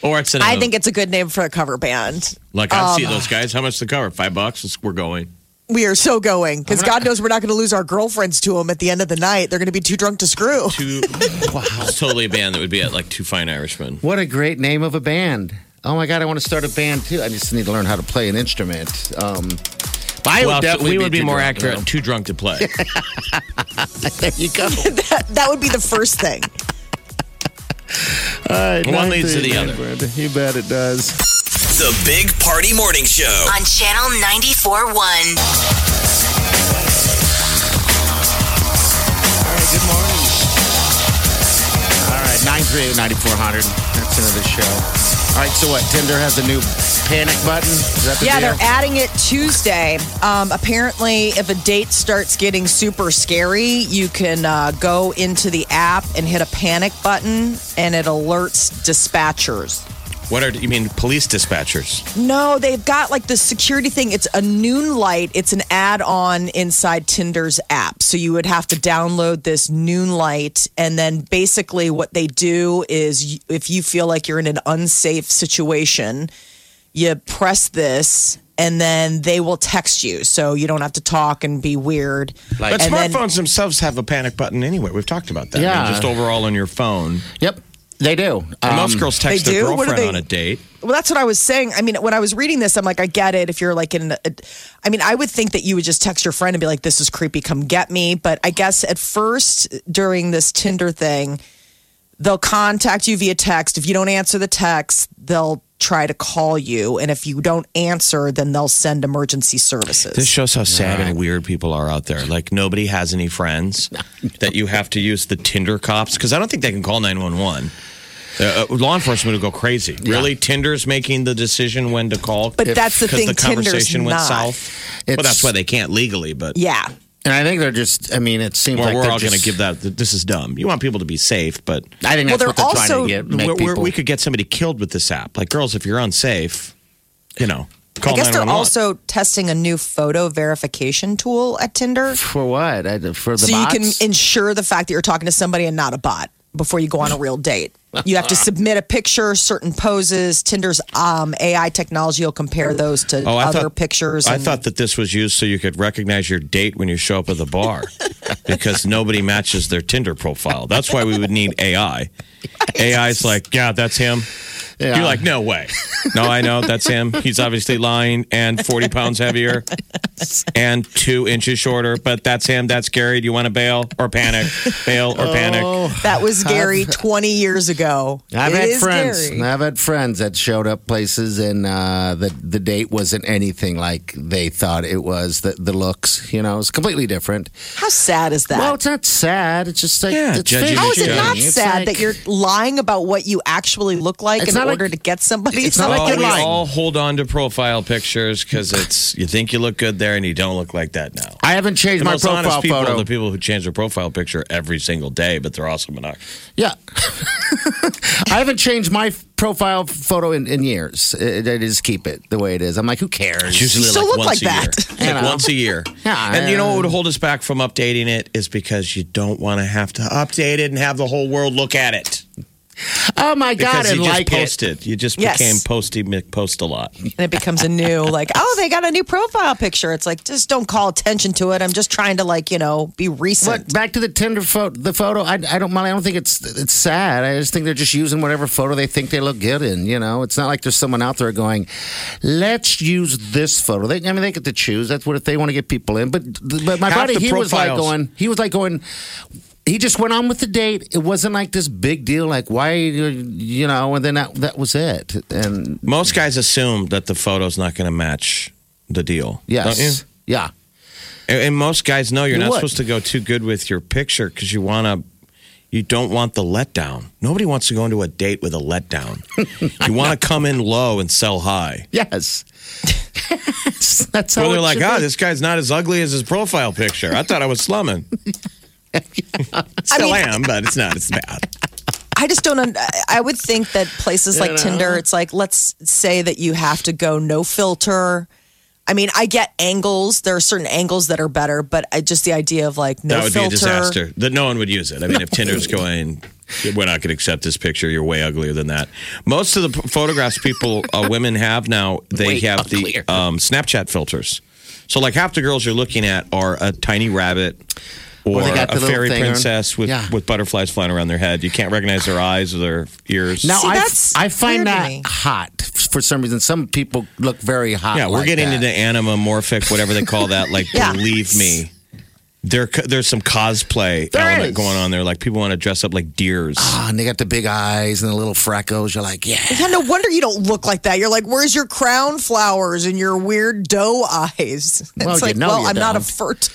S5: Or it's an
S4: Ah. I think it's a good name for a cover band.
S5: Like, I see those guys. How much the cover? Five bucks? It's- We're going.
S4: We are so going because God knows we're not going to lose our girlfriends to them at the end of the night. They're going to be too drunk to screw.
S5: Two. wow. It's totally a band that would be at like Two Fine Irishmen.
S6: What a great name of a band. Oh my god, I want to start a band too. I just need to learn how to play an instrument. Um, I
S5: well,
S6: would definitely
S5: we would be,
S6: too
S5: more
S6: drunk,
S5: accurate.
S6: though.
S5: Too drunk to play.
S6: There you go.
S4: that would be the first thing.
S6: All right,
S5: One leads to the
S6: 9:30,
S5: other.
S6: Brenda. You bet it does.
S2: The Big Party Morning Show.
S3: on Channel 94.1.
S6: All right, good morning. All right, 938 9400. That's another show. All right, so what? Tinder has a new panic button? Is that the
S4: Yeah,
S6: deal?
S4: they're adding it Tuesday. Um, apparently, if a date starts getting super scary, you can uh, go into the app and hit a panic button, and it alerts dispatchers.
S5: What are you mean? Police dispatchers.
S4: No, they've got like the security thing. It's a noon light. It's an add-on inside Tinder's app. So you would have to download this noon light, and then basically what they do is, y- if you feel like you're in an unsafe situation, you press this, and then they will text you, so you don't have to talk and be weird.
S5: But
S4: and then-
S5: smartphones themselves have a panic button anyway. We've talked about that. I mean,
S6: Yeah.
S5: just overall on your phone.
S6: Yep, they do.
S5: And
S6: Um,
S5: most girls text
S4: they
S5: their
S4: do? What
S5: girlfriend
S4: do they-
S5: on a date.
S4: Well, that's what I was saying. I mean, when I was reading this, I'm like, I get it. If you're like in, a, I mean, I would think that you would just text your friend and be like, "This is creepy. Come get me." But I guess at first during this Tinder thing, they'll contact you via text. If you don't answer the text, they'll try to call you, and if you don't answer, then they'll send emergency services.
S5: This shows how sad and weird people are out there. Like nobody has any friends that you have to use the Tinder cops because I don't think they can call nine one one. Uh, Law enforcement would go crazy. Really, Tinder's making the decision when to call.
S4: But that's the
S5: because
S4: thing,
S5: The conversation
S4: Tinder's
S5: went
S4: not.
S5: south. Well,
S6: It's-
S5: that's why they can't legally. But
S4: yeah.
S6: And I think they're just, I mean, it seems
S5: well,
S6: like
S5: we're
S6: they're
S5: all going to
S6: just-
S5: give that. This is dumb. You want people to be safe, but
S6: I think
S4: Well, they're
S6: that's what they're trying
S4: also-
S6: to get. Make
S5: we're, we're,
S6: people,
S5: we could get somebody killed with this app. Like girls, if you're unsafe, you know. Call
S4: I guess they're
S5: 911.
S4: also testing a new photo verification tool at Tinder.
S6: For what? I, for the
S4: so you
S6: bots?
S4: can ensure the fact that you're talking to somebody and not a bot before you go on a real date. You have to submit a picture, certain poses. Tinder's um, AI technology will compare those to
S5: Oh, I
S4: other
S5: thought,
S4: pictures.
S5: I
S4: and-
S5: thought that this was used so you could recognize your date when you show up at the bar because nobody matches their Tinder profile. That's why we would need AI. AI's like, yeah, that's him.
S6: Yeah.
S5: You're like, no way. No, I know that's him. He's obviously lying and 40 pounds heavier and two inches shorter, but that's him. That's Gary. Do you want to bail or panic? Bail or panic?
S4: that was Gary 20 years ago.
S6: I've
S4: It
S6: had
S4: is
S6: friends.
S4: Gary.
S6: I've had friends that showed up places and uh, the the date wasn't anything like they thought it was. The the looks, you know, it was completely different.
S4: How sad is that?
S6: Well, it's not sad. It's just like
S5: Yeah,
S6: it's fish.
S5: judging the
S4: How is it
S5: Yeah.
S4: not
S6: It's
S4: sad
S6: like-
S4: that you're lying about what you actually look like
S6: It's
S4: in
S6: not like-
S4: order to get somebody?
S6: it's not like
S5: oh,
S6: you're
S5: we
S6: lying.
S5: all hold on to profile pictures because it's you think you look good there and you don't look like that now.
S6: I haven't changed
S5: The
S6: my
S5: most
S6: profile
S5: honest people
S6: photo.
S5: are the people who change their profile picture every single day, but they're also monogamous.
S6: Yeah. I haven't changed my f- profile photo in, in years. I, I just keep it the way it is. I'm like, who cares?
S4: still look like
S5: a year.
S4: that.
S5: It's
S6: You
S5: Like
S6: know?
S5: once a year.
S6: Yeah,
S5: and you know
S6: I-
S5: what would hold us back from updating it is because you don't want to have to update it and have the whole world look at it.
S6: oh my God,
S5: Because
S6: and
S5: you just
S6: like it.
S5: posted. You just
S4: Yes.
S5: became posty post a lot.
S4: and it becomes a new like oh they got a new profile picture it's like just don't call attention to it i'm just trying to like you know be recent
S6: But back to the Tinder photo, the photo. I, I don't, Molly. I don't think it's it's sad. I just think they're just using whatever photo they think they look good in. You know, it's not like there's someone out there going, "Let's use this photo." They, I mean, they get to choose. That's what if they want to get people in. But but my
S5: Half
S6: buddy,
S5: the
S6: he was like
S5: profiles-
S6: going, he was like going. He just went on with the date. It wasn't like this big deal. Like why, you know? And then that that was it. And
S5: Most guys assume that the photo's not going to match the deal. Don't you?
S6: yes, yeah.
S5: And, and most guys know you're
S6: You
S5: not
S6: would.
S5: supposed to go too good with your picture because you want to. You don't want the letdown. Nobody wants to go into a date with a letdown. you want to come in low and sell high.
S6: Yes. yes. That's how
S5: Well, they're
S6: it
S5: like,
S6: should
S5: ah,
S6: be.
S5: this guy's not as ugly as his profile picture. I thought I was slumming. Still am, but it's not as bad.
S4: i just don't un- I- i would think that places like tinder it's like let's say that you have to go no filter i mean i get angles there are certain angles that are better but i just the idea of like no
S5: that would
S4: filter
S5: be a disaster. That no one would use it. I mean, if Tinder's going, we're not going to accept this picture. You're way uglier than that. Most of the p- photographs people, uh, women have now, they have the um, Snapchat filters. So, like half the girls you're looking at are a tiny rabbit. Or,
S6: Or they got
S5: a
S6: the little
S5: fairy
S6: thing on-
S5: princess with,
S6: Yeah.
S5: with butterflies flying around their head. You can't recognize their eyes or their ears.
S6: Now
S4: See,
S6: I,
S4: that's
S6: I find
S4: weird to
S6: that
S4: me.
S6: hot for some reason. Some people look very hot.
S5: Yeah, we're
S6: like
S5: getting
S6: that.
S5: into animamorphic, whatever they call that. Like,
S4: Yeah.
S5: believe me, there there's some cosplay
S6: There
S5: element
S6: is.
S5: going on there. Like, people want to dress up like deers.
S6: Ah, and they got the big eyes and the little freckles. You're like, yeah.
S4: yeah, no wonder you don't look like that. You're like, where's your crown flowers and your weird doe eyes? It's
S6: Well, you
S4: like,
S6: know
S4: well,
S6: you
S4: I'm not a
S6: don't.
S4: flirt.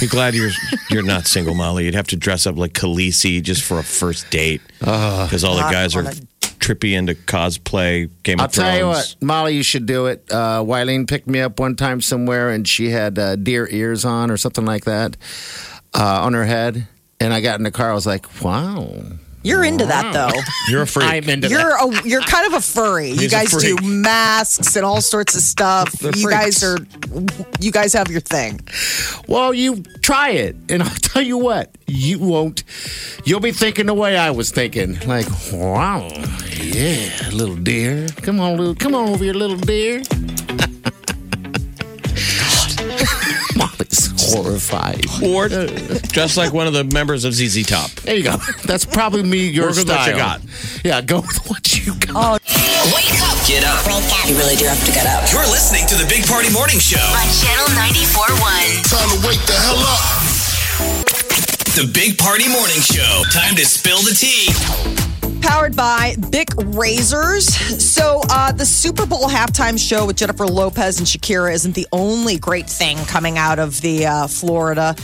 S5: You're glad you're you're not single, Molly. You'd have to dress up like Khaleesi just for a first date because all the
S4: Not
S5: guys are
S4: on a-
S5: trippy into cosplay, Game
S6: I'll
S5: of Thrones.
S6: tell you what, Molly, you should do it. Uh, Wileen picked me up one time somewhere, and she had uh, deer ears on or something like that uh, on her head. And I got in the car. I was like, wow.
S4: You're into
S6: Mm.
S4: that though.
S5: You're a freak.
S6: into
S4: You're a, you're kind of a furry. you
S5: He's a
S4: guys do
S5: freak.
S4: masks and all sorts of stuff.
S5: They're
S4: you
S5: freaks.
S4: guys are you guys have your thing.
S6: Well, you try it, and I'll tell you what, you won't. You'll be thinking the way I was thinking, like, wow, yeah, little deer, come on, little, come on over here, little deer. Molly's horrified.
S5: Or dress like one of the members of ZZ Top.
S6: There you go. That's probably me. Your
S5: Work with
S6: style.
S5: what you got.
S6: Yeah, go with what you got.
S3: Wake up
S2: Get up.
S9: You really do have to get up.
S2: You're listening to the Big Party Morning Show.
S3: on Channel 94.1.
S10: Time to wake the hell up.
S2: The Big Party Morning Show. Time to spill the tea.
S4: Powered by Bic Razors. So uh, the Super Bowl halftime show with Jennifer Lopez and Shakira isn't the only great thing coming out of the uh, Florida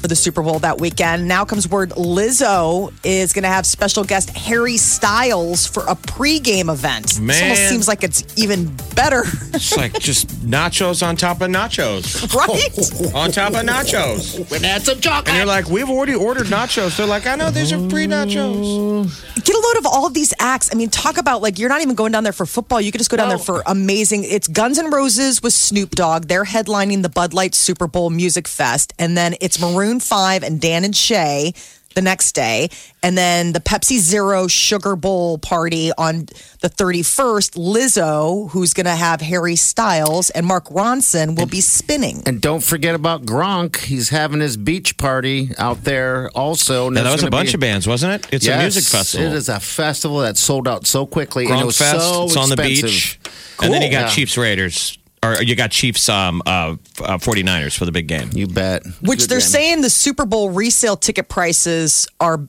S4: for the Super Bowl that weekend. Now comes word Lizzo is going to have special guest Harry Styles for a pregame event. This almost
S5: Man.
S4: seems like it's even better.
S5: It's like just nachos on top of nachos.
S4: Right?
S5: On top of nachos.
S6: We've had some chocolate.
S5: And you're like, we've already ordered nachos. They're like, I know, these are free nachos.
S4: Get a load of all of these acts. I mean, talk about like you're not even going down there for football. You could just go down there for amazing. It's Guns N' Roses with Snoop Dogg. They're headlining the Bud Light Super Bowl Music Fest, and then it's Maroon Five and Dan and Shay the next day, and then the Pepsi Zero Sugar Bowl party on the 31st. Lizzo, who's going to have Harry Styles and Mark Ronson, will be spinning.
S6: And don't forget about Gronk. He's having his beach party out there also. And
S5: Now, that
S6: there's
S5: was a
S6: gonna
S5: bunch
S6: be-
S5: of bands, wasn't it? It's
S6: Yes,
S5: a music festival.
S6: It is a festival that sold out so quickly. and it
S5: Gronk
S6: was
S5: Fest.
S6: so
S5: it's on the
S6: expensive.
S5: beach. And then you got
S6: Yeah.
S5: Chiefs Raiders. Or you got Chiefs um, uh, f- uh, 49ers for the big game.
S6: You bet.
S4: Which
S6: Good
S4: they're
S6: game.
S4: saying the Super Bowl resale ticket prices are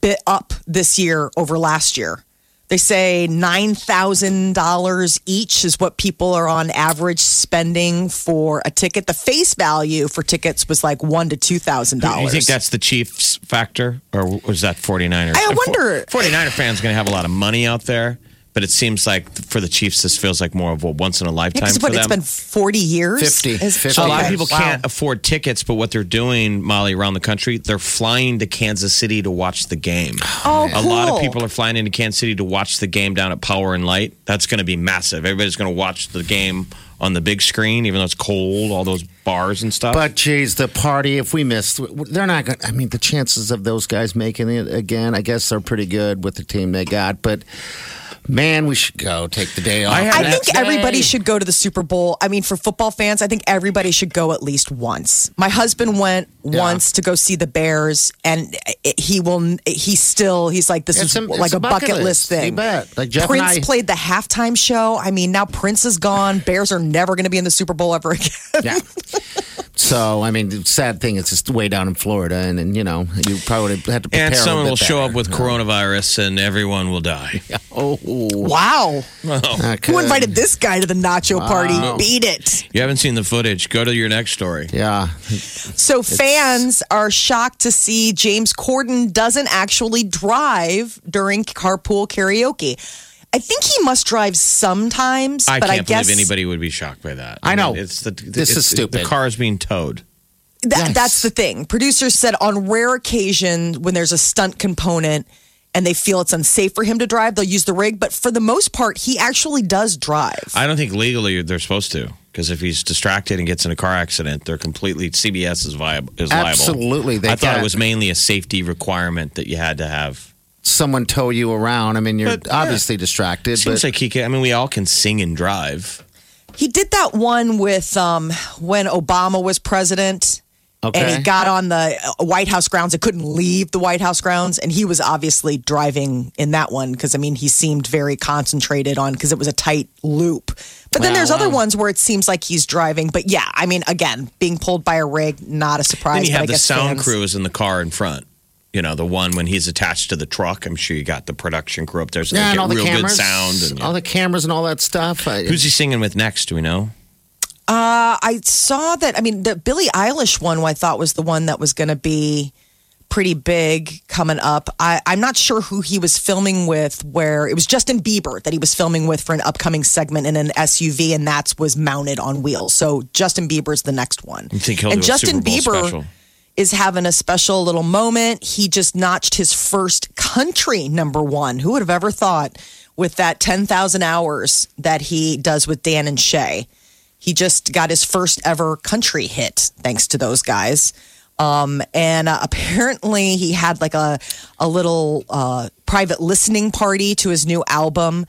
S4: bit up this year over last year. They say nine thousand dollars each is what people are on average spending for a ticket. The face value for tickets was like one to two thousand
S5: Do you
S4: dollars.
S5: think that's the Chiefs factor, or was that 49ers?
S4: I wonder-
S5: 49er fans going to have a lot of money out there, but it seems like for the Chiefs, this feels like more of a once in a lifetime
S4: because
S5: for
S4: what it's
S5: them.
S4: been forty years.
S6: 50,
S4: Is-
S6: 50.
S5: so a lot of
S4: Okay.
S5: people can't afford tickets, but what they're doing, Molly, around the country, they're flying to Kansas City to watch the game.
S4: Oh,
S5: A lot of
S4: cool.
S5: people are flying into Kansas City to watch the game down at Power and Light. That's going to be massive. Everybody's going to watch the game on the big screen, even though it's cold, all those bars and stuff.
S6: But geez, the party, if we missed, they're not going to, I mean, the chances of those guys making it again, I guess they're pretty good with the team they got. But man, we should go take the day off.
S5: I had-
S4: I
S6: the
S4: think
S6: next
S4: everybody
S6: day.
S4: should go to the Super Bowl. I mean, for football fans, I think everybody should go at least once. My husband went once to go see the Bears, and it, he will. He still. He's like, this
S6: It's
S4: is
S6: a-
S4: like
S6: it's
S4: a
S6: a bucket
S4: bucket, list,
S6: list. You
S4: thing.
S6: bet. Like Jeff and
S4: Prince
S6: I-
S4: played the halftime show. I mean, now Prince is gone. Bears are never going to be in the Super Bowl ever again.
S6: Yeah. So, I mean, the sad thing is it's way down in Florida, and, and you know, you probably would have to prepare
S5: and
S6: a
S5: someone
S6: bit
S5: will show up
S6: better.
S5: with coronavirus and everyone will die. oh,
S4: Wow,
S6: Okay.
S4: who invited this guy to the nacho party? Beat it.
S5: You haven't seen the footage. Go to your next story.
S6: Yeah.
S4: So fans are shocked to see James Corden doesn't actually drive during carpool karaoke. I think he must drive sometimes,
S5: I
S4: but
S5: can't
S4: I guess
S5: believe anybody would be shocked by that.
S6: I know.
S5: mean, it's the
S6: This
S5: it's-
S6: is stupid.
S5: The car's being towed.
S4: That,
S6: Yes.
S4: That's the thing. Producers said on rare occasion when there's a stunt component and they feel it's unsafe for him to drive, they'll use the rig. But for the most part, he actually does drive.
S5: I don't think legally they're supposed to because if he's distracted and gets in a car accident, they're completely CBS is viable. Is liable.
S6: Absolutely, they
S5: I thought
S6: can't.
S5: it was mainly a safety requirement that you had to have.
S6: Someone tow you around. I mean, you're
S5: But, yeah.
S6: obviously distracted.
S5: Seems
S6: but
S5: like he can. I mean, we all can sing and drive.
S4: He did that one with um, when Obama was president. And
S6: Okay.
S4: he got on the uh, White House grounds and couldn't leave the White House grounds. And he was obviously driving in that one because, I mean, he seemed very concentrated on because it was a tight loop. But then there's other ones where it seems like he's driving. But yeah, I mean, again, being pulled by a rig, not a surprise.
S5: Then you
S4: but I
S5: have the
S4: guess
S5: sound
S4: fans-
S5: crew is in the car in front. You know, the one when he's attached to the truck. I'm sure you got the production crew up there, so
S6: yeah, and
S5: they get
S6: all the
S5: real
S6: cameras,
S5: good sound. And,
S6: all the cameras and all that stuff. I,
S5: Who's he singing with next? Do we know?
S4: Uh, I saw that. I mean, the Billie Eilish one, I thought was the one that was going to be pretty big coming up. I, I'm not sure who he was filming with. Where it was Justin Bieber that he was filming with for an upcoming segment in an SUV, and that's was mounted on wheels. So Justin Bieber's the next one.
S5: You think he'll
S4: and
S5: do a
S4: Justin
S5: Super Bowl
S4: Bieber
S5: special?
S4: is having a special little moment. He just notched his first country number one. Who would have ever thought with that 10,000 hours that he does with Dan and Shay? He just got his first ever country hit thanks to those guys. Um, and uh, apparently, he had like a, a little uh, private listening party to his new album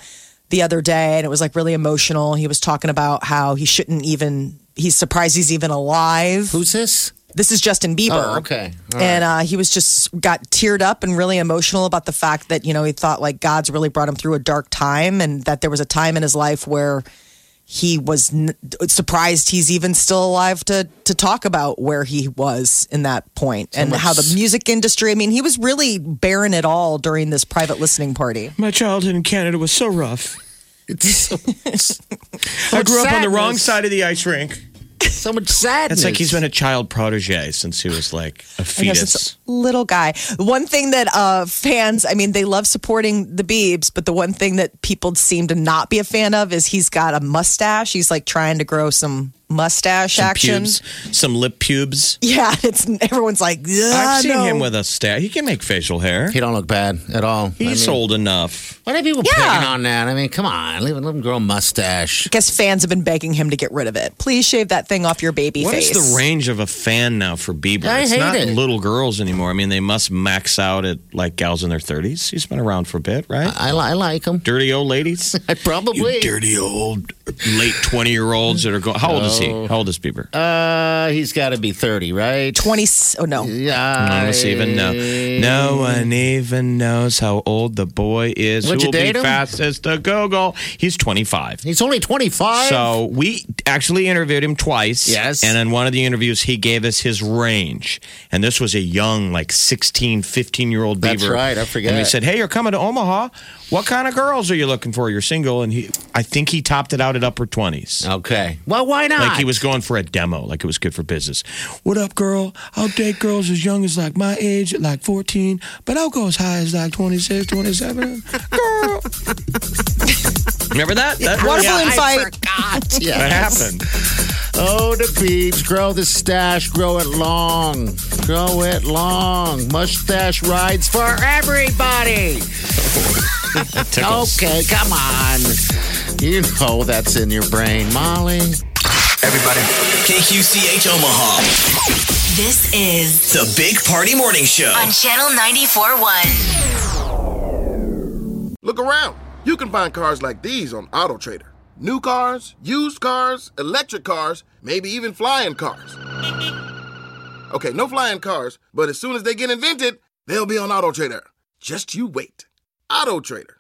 S4: the other day and it was like really emotional. He was talking about how he shouldn't even, he's surprised he's even alive.
S6: who's this?
S4: This is Justin Bieber.
S6: Oh, okay. All right.
S4: And uh, he was just got teared up and really emotional about the fact that, you know, he thought like God's really brought him through a dark time and that there was a time in his life where he was n- surprised he's even still alive to to talk about where he was in that point and how the music industry I mean he was really bearing it all during this private listening party.
S5: My childhood in Canada was so rough.
S6: It's-
S5: I grew up on the
S6: sadness.
S5: wrong side of the ice rink.
S6: So much sadness.
S5: It's like he's been a child protege since he was like a
S4: I guess
S5: fetus.
S4: it's a little guy. One thing that uh, fans, I mean, they love supporting the Beebs, but the one thing that people seem to not be a fan of is he's got a mustache. He's like trying to grow some mustache
S5: some
S4: action.
S5: pubes, some lip pubes.
S4: Yeah, it's everyone's like,
S5: I've
S4: "Yeah,
S5: seen
S4: no."
S5: him with a stat. He can make facial hair.
S6: Uh, He don't look bad at all.
S5: He's
S6: I mean,
S5: old enough.
S6: Why are people
S4: Yeah.
S6: picking on that? I mean, come on, leave, let him grow a mustache.
S4: guess fans have been begging him to get rid of it. Please shave that thing off your baby
S5: What is
S4: face.
S5: the range of a fan now for Bieber?
S6: I
S5: it's
S6: hate
S5: not
S6: it.
S5: little girls anymore. I mean, they must max out at like gals in their 30s. He's been around for a bit, right?
S6: I, li- I like him.
S5: dirty old ladies.
S6: I probably.
S5: You dirty old late 20 year olds that are going. How old is he? How old is Bieber?
S6: Uh, he's got to be thirty, right?
S4: 20, oh no.
S6: Yeah.
S5: None of us even know. No one even knows how old the boy is.
S6: Would you
S5: who will be
S6: date him?
S5: fastest to Google? He's 25.
S6: He's only twenty five.
S5: So we actually interviewed him twice.
S6: Yes.
S5: And in one of the interviews, he gave us his range. And this was a young, like 16, 15 year old
S6: That's
S5: beaver.
S6: right, I forget.
S5: And we said, hey, you're coming to Omaha. What kind of girls are you looking for? You're single. And he, I think he topped it out at upper 20s.
S6: okay. Well, why Oh. not?
S5: Like he was going for a demo, like it was good for business. What up, girl? I'll date girls as young as like my age, like 14, but I'll go as high as like 26, 27. Girl. Remember that? That,
S4: Water
S5: yeah,
S4: balloon fight.
S5: that
S6: Yeah.
S5: happened.
S6: Oh, the beeps. Grow the stash. Grow it long. Grow it long. Mustache rides for everybody. okay, come on. You know that's in your brain, Molly.
S2: Everybody. KQCH Omaha.
S3: This is
S2: The Big Party Morning Show.
S3: on Channel 94.1.
S10: Look around. You can find cars like these on AutoTrader. New cars, used cars, electric cars, maybe even flying cars. Okay, no flying cars, but as soon as they get invented, they'll be on AutoTrader. Just you wait. AutoTrader.